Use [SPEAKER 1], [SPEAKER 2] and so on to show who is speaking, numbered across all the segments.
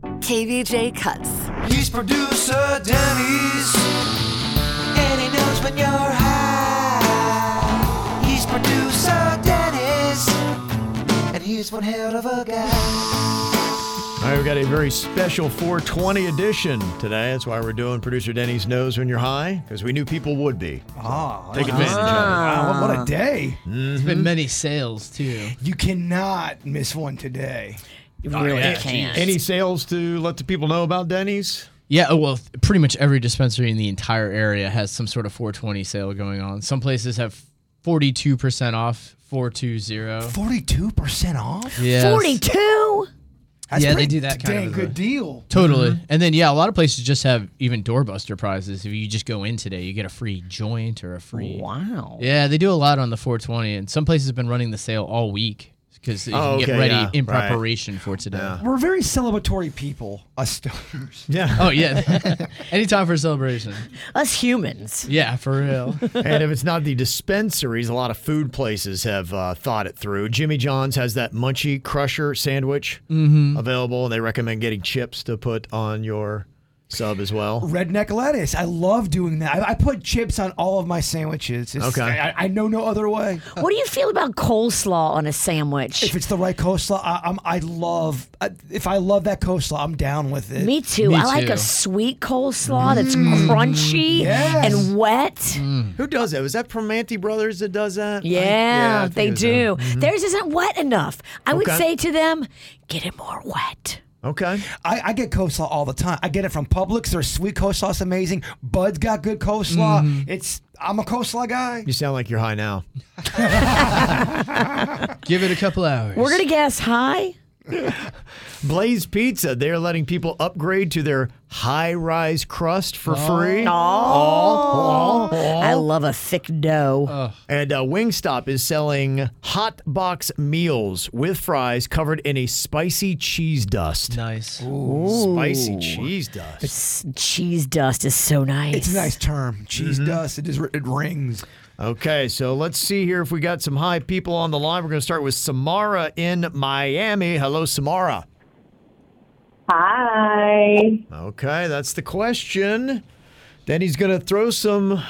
[SPEAKER 1] KVJ Cuts.
[SPEAKER 2] He's producer Denny's, and he knows when you're high. He's producer Denny's, and he's one hell of a guy.
[SPEAKER 3] All right, we've got a very special 420 edition today. That's why we're doing producer Denny's Knows When You're High, because we knew people would be.
[SPEAKER 4] Oh,
[SPEAKER 3] Take advantage of
[SPEAKER 4] wow, what, what a day.
[SPEAKER 5] It's been many sales too.
[SPEAKER 4] You cannot miss one today.
[SPEAKER 1] You
[SPEAKER 3] it.
[SPEAKER 1] really
[SPEAKER 3] Yeah.
[SPEAKER 1] can't.
[SPEAKER 3] Any sales to let the people know about Denny's?
[SPEAKER 5] Yeah, oh, well, th- pretty much every dispensary in the entire area has some sort of 420 sale going on. Some places have 42% off, 420.
[SPEAKER 4] 42% off?
[SPEAKER 5] Yes.
[SPEAKER 1] 42?
[SPEAKER 4] That's
[SPEAKER 5] Yeah, they
[SPEAKER 4] pretty
[SPEAKER 5] do that kind
[SPEAKER 4] dang
[SPEAKER 5] of a-
[SPEAKER 4] good deal.
[SPEAKER 5] Totally. And then, yeah, a lot of places just have even doorbuster prizes. If you just go in today, you get a free joint or a free.
[SPEAKER 1] Wow.
[SPEAKER 5] Yeah, they do a lot on the 420. And some places have been running the sale all week because you
[SPEAKER 3] Oh,
[SPEAKER 5] can get
[SPEAKER 3] okay,
[SPEAKER 5] ready
[SPEAKER 3] yeah,
[SPEAKER 5] in
[SPEAKER 3] right.
[SPEAKER 5] preparation for today.
[SPEAKER 4] We're very celebratory people, us stoners.
[SPEAKER 3] Yeah.
[SPEAKER 5] Oh, yeah. Anytime for a celebration.
[SPEAKER 1] Us humans.
[SPEAKER 5] Yeah, for real.
[SPEAKER 3] and if it's not the dispensaries, a lot of food places have uh, thought it through. Jimmy John's has that Munchie Crusher sandwich available, and they recommend getting chips to put on your sub as well.
[SPEAKER 4] Redneck lettuce. I love doing that. I, I put chips on all of my sandwiches. It's-
[SPEAKER 3] Okay.
[SPEAKER 4] I, I know no other way.
[SPEAKER 1] What do you feel about coleslaw on a sandwich?
[SPEAKER 4] If it's the right coleslaw, I, I'm, I love. I, if I love that coleslaw, I'm down with it.
[SPEAKER 1] Me too.
[SPEAKER 5] Me
[SPEAKER 1] I like
[SPEAKER 5] too.
[SPEAKER 1] a sweet coleslaw that's crunchy
[SPEAKER 4] Yes.
[SPEAKER 1] and wet.
[SPEAKER 3] Who does that? Was that Primanti Brothers that does that? I-
[SPEAKER 1] Yeah,
[SPEAKER 3] I think
[SPEAKER 1] they
[SPEAKER 3] it was
[SPEAKER 1] do.
[SPEAKER 3] them.
[SPEAKER 1] Theirs isn't wet enough. I would
[SPEAKER 3] Okay.
[SPEAKER 1] say to them, get it more wet.
[SPEAKER 3] Okay.
[SPEAKER 4] I, I get coleslaw all the time. I get it from Publix. Their sweet coleslaw's amazing. Bud's got good coleslaw.
[SPEAKER 5] Mm-hmm.
[SPEAKER 4] It's I'm a coleslaw guy.
[SPEAKER 3] You sound like you're high now.
[SPEAKER 5] Give it a couple hours.
[SPEAKER 1] We're going to guess high.
[SPEAKER 3] Blaze Pizza, they're letting people upgrade to their high rise crust for free. All, all,
[SPEAKER 1] I
[SPEAKER 3] all.
[SPEAKER 1] love a thick dough.
[SPEAKER 3] And uh, Wingstop is selling hot box meals with fries covered in a spicy cheese dust.
[SPEAKER 5] Nice.
[SPEAKER 3] Spicy cheese dust.
[SPEAKER 1] S- Cheese dust is so nice.
[SPEAKER 4] It's a nice term. Cheese
[SPEAKER 5] Mm-hmm.
[SPEAKER 4] dust. It just it rings.
[SPEAKER 3] Okay, so let's see here if we got some high people on the line. We're going to start with Samara in Miami. Hello, Samara.
[SPEAKER 6] Hi.
[SPEAKER 3] Okay, that's the question. Then he's going to throw some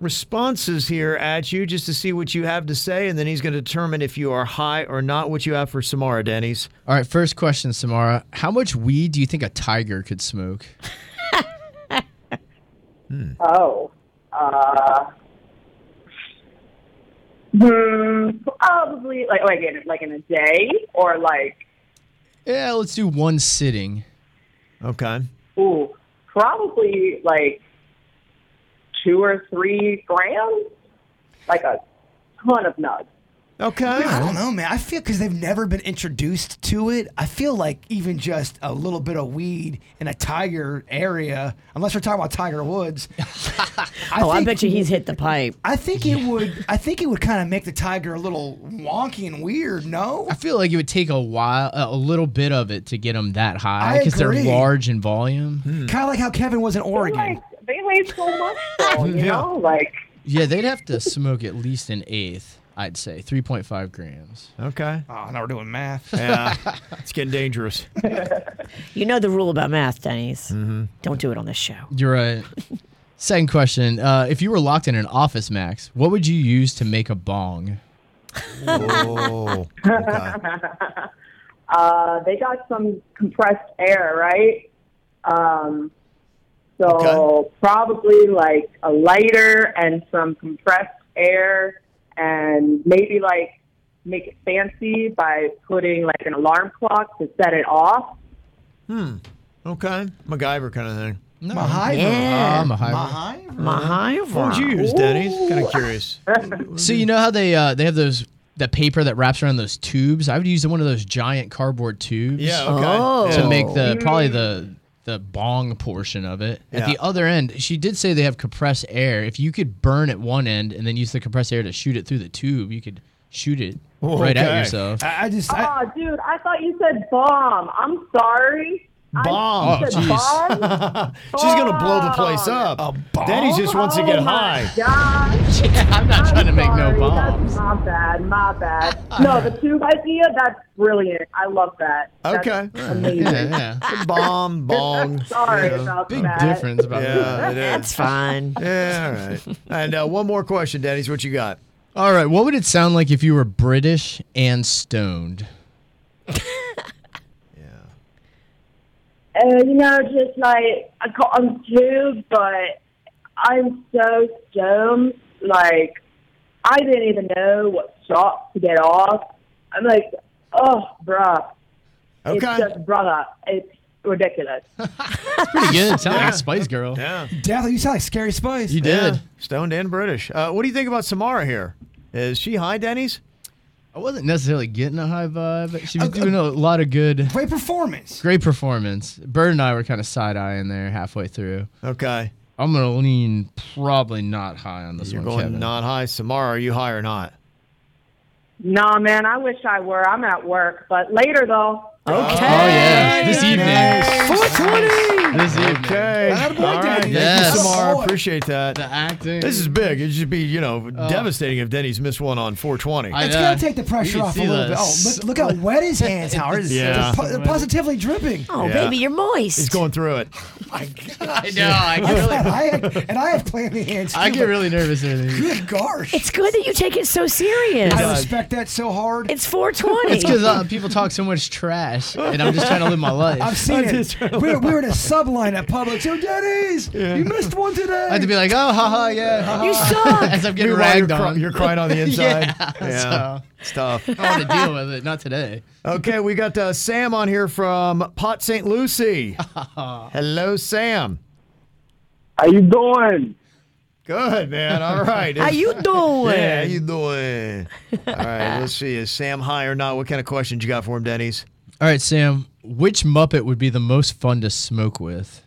[SPEAKER 3] responses here at you just to see what you have to say, and then he's going to determine if you are high or not. What you have for Samara, Denny's?
[SPEAKER 5] All right, first question, Samara. How much weed do you think a tiger could smoke?
[SPEAKER 6] Oh. Uh. Hmm, probably like like in like in a day or like
[SPEAKER 5] Yeah, let's do one sitting.
[SPEAKER 3] Okay,
[SPEAKER 6] ooh probably like two or three grams like a ton of nuts.
[SPEAKER 4] I
[SPEAKER 3] okay,
[SPEAKER 4] don't know, man. I feel because they've never been introduced to it. I feel like even just a little bit of weed in a tiger area, unless we're talking about Tiger Woods. I
[SPEAKER 1] oh, I
[SPEAKER 4] think-
[SPEAKER 1] bet you he's hit the pipe.
[SPEAKER 4] I think it would. I think it would kind of make the tiger a little wonky and weird. No,
[SPEAKER 5] I feel like it would take a while, a little bit of it to get them that high
[SPEAKER 4] I
[SPEAKER 5] because they're
[SPEAKER 4] agree.
[SPEAKER 5] large in volume.
[SPEAKER 4] kind of like how Kevin was in Oregon.
[SPEAKER 6] Like they weigh so much though, you
[SPEAKER 3] Yeah.
[SPEAKER 6] know like
[SPEAKER 5] Yeah, they'd have to smoke at least an eighth, I'd say, 3.5 grams.
[SPEAKER 3] okay.
[SPEAKER 4] Oh, now we're doing math.
[SPEAKER 3] Yeah, it's getting dangerous.
[SPEAKER 1] You know the rule about math, Denny's. Don't do it on this show.
[SPEAKER 5] You're right. Second question. Uh, if you were locked in an office, Max, what would you use to make a bong?
[SPEAKER 3] Oh, okay.
[SPEAKER 6] uh, they got some compressed air, right? Um, so
[SPEAKER 3] Okay.
[SPEAKER 6] probably like a lighter and some compressed air, and maybe like make it fancy by putting like an alarm clock to set it off.
[SPEAKER 3] okay, MacGyver kind of thing.
[SPEAKER 5] No.
[SPEAKER 4] Mahiver.
[SPEAKER 1] Yeah.
[SPEAKER 5] Um, a hybrid.
[SPEAKER 4] Mahiver.
[SPEAKER 1] My high
[SPEAKER 3] What would you use, Denny's? Kind of curious.
[SPEAKER 5] So you know how they uh, they have those the paper that wraps around those tubes. I would use one of those giant cardboard tubes
[SPEAKER 3] Yeah. Okay.
[SPEAKER 1] Oh.
[SPEAKER 3] Yeah.
[SPEAKER 5] to make the probably the the bong portion of it. At the
[SPEAKER 3] Yeah.
[SPEAKER 5] other end, she did say they have compressed air. If you could burn at one end and then use the compressed air to shoot it through the tube, you could shoot it
[SPEAKER 3] Oh,
[SPEAKER 5] right
[SPEAKER 3] okay.
[SPEAKER 5] at yourself.
[SPEAKER 4] I, I just, I,
[SPEAKER 6] Oh, dude, I thought you said bomb. I'm sorry.
[SPEAKER 3] Bomb.
[SPEAKER 6] I you
[SPEAKER 5] Oh,
[SPEAKER 6] said
[SPEAKER 5] jeez.
[SPEAKER 6] bomb.
[SPEAKER 3] She's gonna blow the place up.
[SPEAKER 4] A bomb?
[SPEAKER 3] Daddy just wants to get
[SPEAKER 6] Oh, my
[SPEAKER 3] high.
[SPEAKER 6] gosh.
[SPEAKER 5] I'm not trying to make no
[SPEAKER 6] Sorry,
[SPEAKER 5] bombs.
[SPEAKER 6] That's my bad. My bad. No, the tube idea. That's brilliant. I love that. That's
[SPEAKER 3] Okay.
[SPEAKER 6] Amazing.
[SPEAKER 5] Yeah, yeah.
[SPEAKER 3] Bomb. Bong.
[SPEAKER 6] Sorry
[SPEAKER 3] Yeah.
[SPEAKER 6] about
[SPEAKER 5] Big
[SPEAKER 6] that.
[SPEAKER 5] difference about that.
[SPEAKER 3] Yeah, it is.
[SPEAKER 1] That's fine.
[SPEAKER 3] Yeah, all right. And uh, one more question, Daddy's. What you got?
[SPEAKER 5] All right, what would it sound like if you were British and stoned?
[SPEAKER 6] Uh, you know, just like I ca- I'm two, but I'm so stoned. Like I didn't even know what shot to get off. I'm like, oh, bruh. It's
[SPEAKER 3] Okay.
[SPEAKER 6] just brother. It's ridiculous.
[SPEAKER 5] Pretty good. Sound like a Spice Girl.
[SPEAKER 3] Yeah.
[SPEAKER 4] definitely, you sound like Scary Spice.
[SPEAKER 5] You did.
[SPEAKER 3] Yeah. Stoned and British. Uh, what do you think about Samara here? Is she high, Denny's?
[SPEAKER 5] I wasn't necessarily getting a high vibe. But she was doing a lot of good,
[SPEAKER 4] Great performance.
[SPEAKER 5] great performance. Bird and I were kind of side eyeing there halfway through.
[SPEAKER 3] Okay.
[SPEAKER 5] I'm gonna lean probably not high on this
[SPEAKER 3] You're
[SPEAKER 5] one,
[SPEAKER 3] going
[SPEAKER 5] Kevin.
[SPEAKER 3] not high. Samara, are you high or not?
[SPEAKER 6] Nah, man. I wish I were. I'm at work, but later though.
[SPEAKER 1] Okay.
[SPEAKER 5] oh yeah, this evening. This evening.
[SPEAKER 3] Okay.
[SPEAKER 4] Attaboy,
[SPEAKER 3] All right.
[SPEAKER 4] Denny's.
[SPEAKER 5] Yes.
[SPEAKER 3] Thank you, Samara.
[SPEAKER 4] Attaboy.
[SPEAKER 3] Appreciate
[SPEAKER 5] The
[SPEAKER 3] that.
[SPEAKER 5] acting.
[SPEAKER 3] This is big. It'd just be, you know, devastating if Denny's missed one on 420.
[SPEAKER 5] I-
[SPEAKER 4] It's
[SPEAKER 5] Yeah.
[SPEAKER 4] gonna take the
[SPEAKER 5] You
[SPEAKER 4] pressure
[SPEAKER 5] can
[SPEAKER 4] off a
[SPEAKER 5] see
[SPEAKER 4] little
[SPEAKER 5] the
[SPEAKER 4] bit. Oh,
[SPEAKER 5] s-
[SPEAKER 4] look, look how wet his hands, Howard. It's
[SPEAKER 3] Yeah.
[SPEAKER 4] just po- positively dripping.
[SPEAKER 1] Oh,
[SPEAKER 3] Yeah.
[SPEAKER 1] baby, you're moist.
[SPEAKER 3] He's going through it.
[SPEAKER 5] I know. I
[SPEAKER 4] I
[SPEAKER 5] get really,
[SPEAKER 4] had- and I have clammy hands.
[SPEAKER 5] I
[SPEAKER 4] too,
[SPEAKER 5] get
[SPEAKER 4] but
[SPEAKER 5] really nervous. during these.
[SPEAKER 4] Good gosh.
[SPEAKER 1] it's good that you take it so serious.
[SPEAKER 4] I respect that so hard.
[SPEAKER 1] It's 420.
[SPEAKER 5] It's because uh, people talk so much trash, and I'm just trying to live my life.
[SPEAKER 4] I've seen
[SPEAKER 3] just
[SPEAKER 4] it. We were, we were in a sub line at Publix. Yo, Denny's, you missed one today.
[SPEAKER 5] I had to be like, oh, haha, yeah, haha.
[SPEAKER 1] you suck.
[SPEAKER 5] As I'm getting
[SPEAKER 3] Meanwhile,
[SPEAKER 5] ragged
[SPEAKER 3] you're, cry-
[SPEAKER 5] on.
[SPEAKER 3] you're crying on the inside.
[SPEAKER 5] Yeah, so.
[SPEAKER 3] It's tough.
[SPEAKER 5] I don't want to deal with it. Not today.
[SPEAKER 3] Okay, we got uh, Sam on here from Pot St. Lucie. Hello, Sam.
[SPEAKER 6] How you doing?
[SPEAKER 3] Good, man. All right.
[SPEAKER 1] How you doing?
[SPEAKER 3] Yeah, how you doing? All right, let's see. Is Sam high or not? What kind of questions you got for him, Denny's?
[SPEAKER 5] All right, Sam. Which Muppet would be the most fun to smoke with?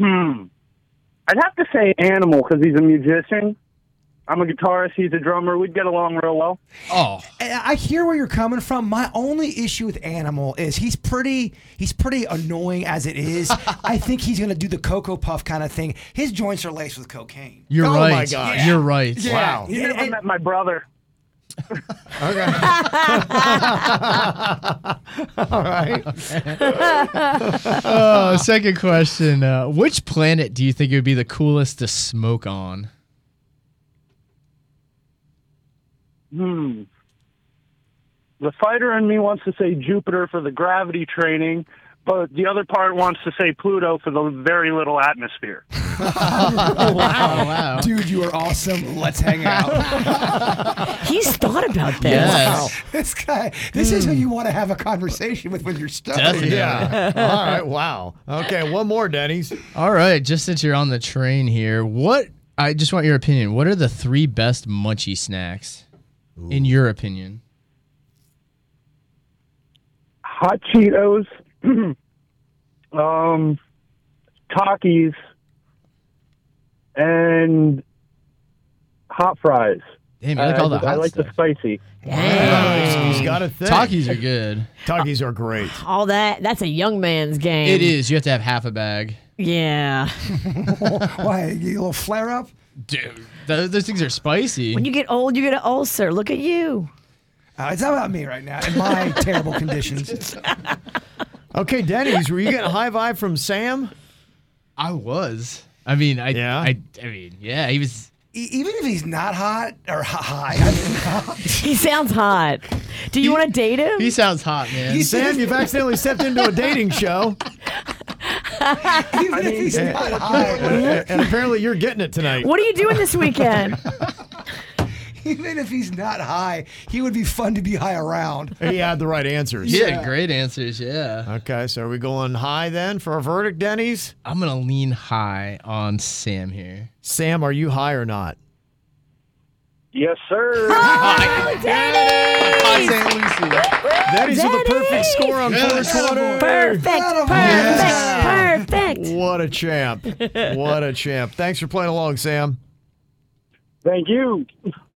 [SPEAKER 7] I'd have to say Animal because he's a musician. I'm a guitarist. He's a drummer. We'd get along real well.
[SPEAKER 5] Oh,
[SPEAKER 4] And I hear where you're coming from. My only issue with Animal is he's pretty he's pretty annoying as it is. I think he's gonna do the Cocoa Puff kind of thing. His joints are laced with cocaine.
[SPEAKER 5] you're
[SPEAKER 3] Oh my
[SPEAKER 5] right.
[SPEAKER 3] gosh.
[SPEAKER 5] You're right.
[SPEAKER 3] Wow.
[SPEAKER 7] You never met my brother.
[SPEAKER 3] All right.
[SPEAKER 5] Oh, second question. Uh, which planet do you think it would be the coolest to smoke on?
[SPEAKER 7] Hmm. The fighter in me wants to say Jupiter for the gravity training, but the other part wants to say Pluto for the very little atmosphere.
[SPEAKER 5] Oh, wow.
[SPEAKER 4] Dude, you are awesome. Let's hang out.
[SPEAKER 1] He's thought about this.
[SPEAKER 5] Yes.
[SPEAKER 4] this guy, this is who you want to have a conversation with when you're stuck.
[SPEAKER 5] Hmm. Definitely.
[SPEAKER 3] Yeah. All right. Wow. Okay, one more, Denny's.
[SPEAKER 5] All right. Just since you're on the train here, what I just want your opinion. What are the three best munchie snacks, in your opinion?
[SPEAKER 7] Hot Cheetos, um, Takis, and hot fries.
[SPEAKER 5] Damn, you like all the
[SPEAKER 7] I
[SPEAKER 5] hot
[SPEAKER 7] like
[SPEAKER 5] stuff.
[SPEAKER 7] the spicy.
[SPEAKER 3] He's he's got a thing.
[SPEAKER 5] Takis are good.
[SPEAKER 3] Talkies are great.
[SPEAKER 1] All that, that's a young man's game.
[SPEAKER 5] It is. You have to have half a bag.
[SPEAKER 1] Yeah.
[SPEAKER 4] Why? You get a little flare up?
[SPEAKER 5] Dude, those, those things are spicy.
[SPEAKER 1] When you get old, you get an ulcer. Look at you.
[SPEAKER 4] Uh, it's not about me right now and my terrible conditions.
[SPEAKER 3] Okay, Denny's, were you getting a high vibe from Sam?
[SPEAKER 5] I was. I mean, I,
[SPEAKER 3] Yeah?
[SPEAKER 5] I, I mean, yeah. He was.
[SPEAKER 4] E- even if he's not hot or hi- high, I mean,
[SPEAKER 1] He sounds hot. Do you want to date him?
[SPEAKER 5] He sounds hot, man.
[SPEAKER 4] He's-
[SPEAKER 3] Sam, you've accidentally stepped into a dating show,
[SPEAKER 4] even if he's not high,
[SPEAKER 3] and and apparently you're getting it tonight.
[SPEAKER 1] what are you doing this weekend?
[SPEAKER 4] even if he's not high, he would be fun to be high around.
[SPEAKER 3] He had the right answers.
[SPEAKER 5] He had great answers. Yeah.
[SPEAKER 3] Okay, so are we going high then for a verdict, Denny's?
[SPEAKER 5] I'm gonna lean high on Sam here.
[SPEAKER 3] Sam, are you high or not?
[SPEAKER 7] Yes, sir.
[SPEAKER 5] Hi, St. Lucie.
[SPEAKER 3] That is the perfect
[SPEAKER 1] Denny!
[SPEAKER 3] score on
[SPEAKER 5] Yes.
[SPEAKER 3] first quarter.
[SPEAKER 1] Perfect. Perfect.
[SPEAKER 4] Yeah.
[SPEAKER 1] Perfect.
[SPEAKER 3] What a champ. What a champ. Thanks for playing along, Sam.
[SPEAKER 7] Thank you.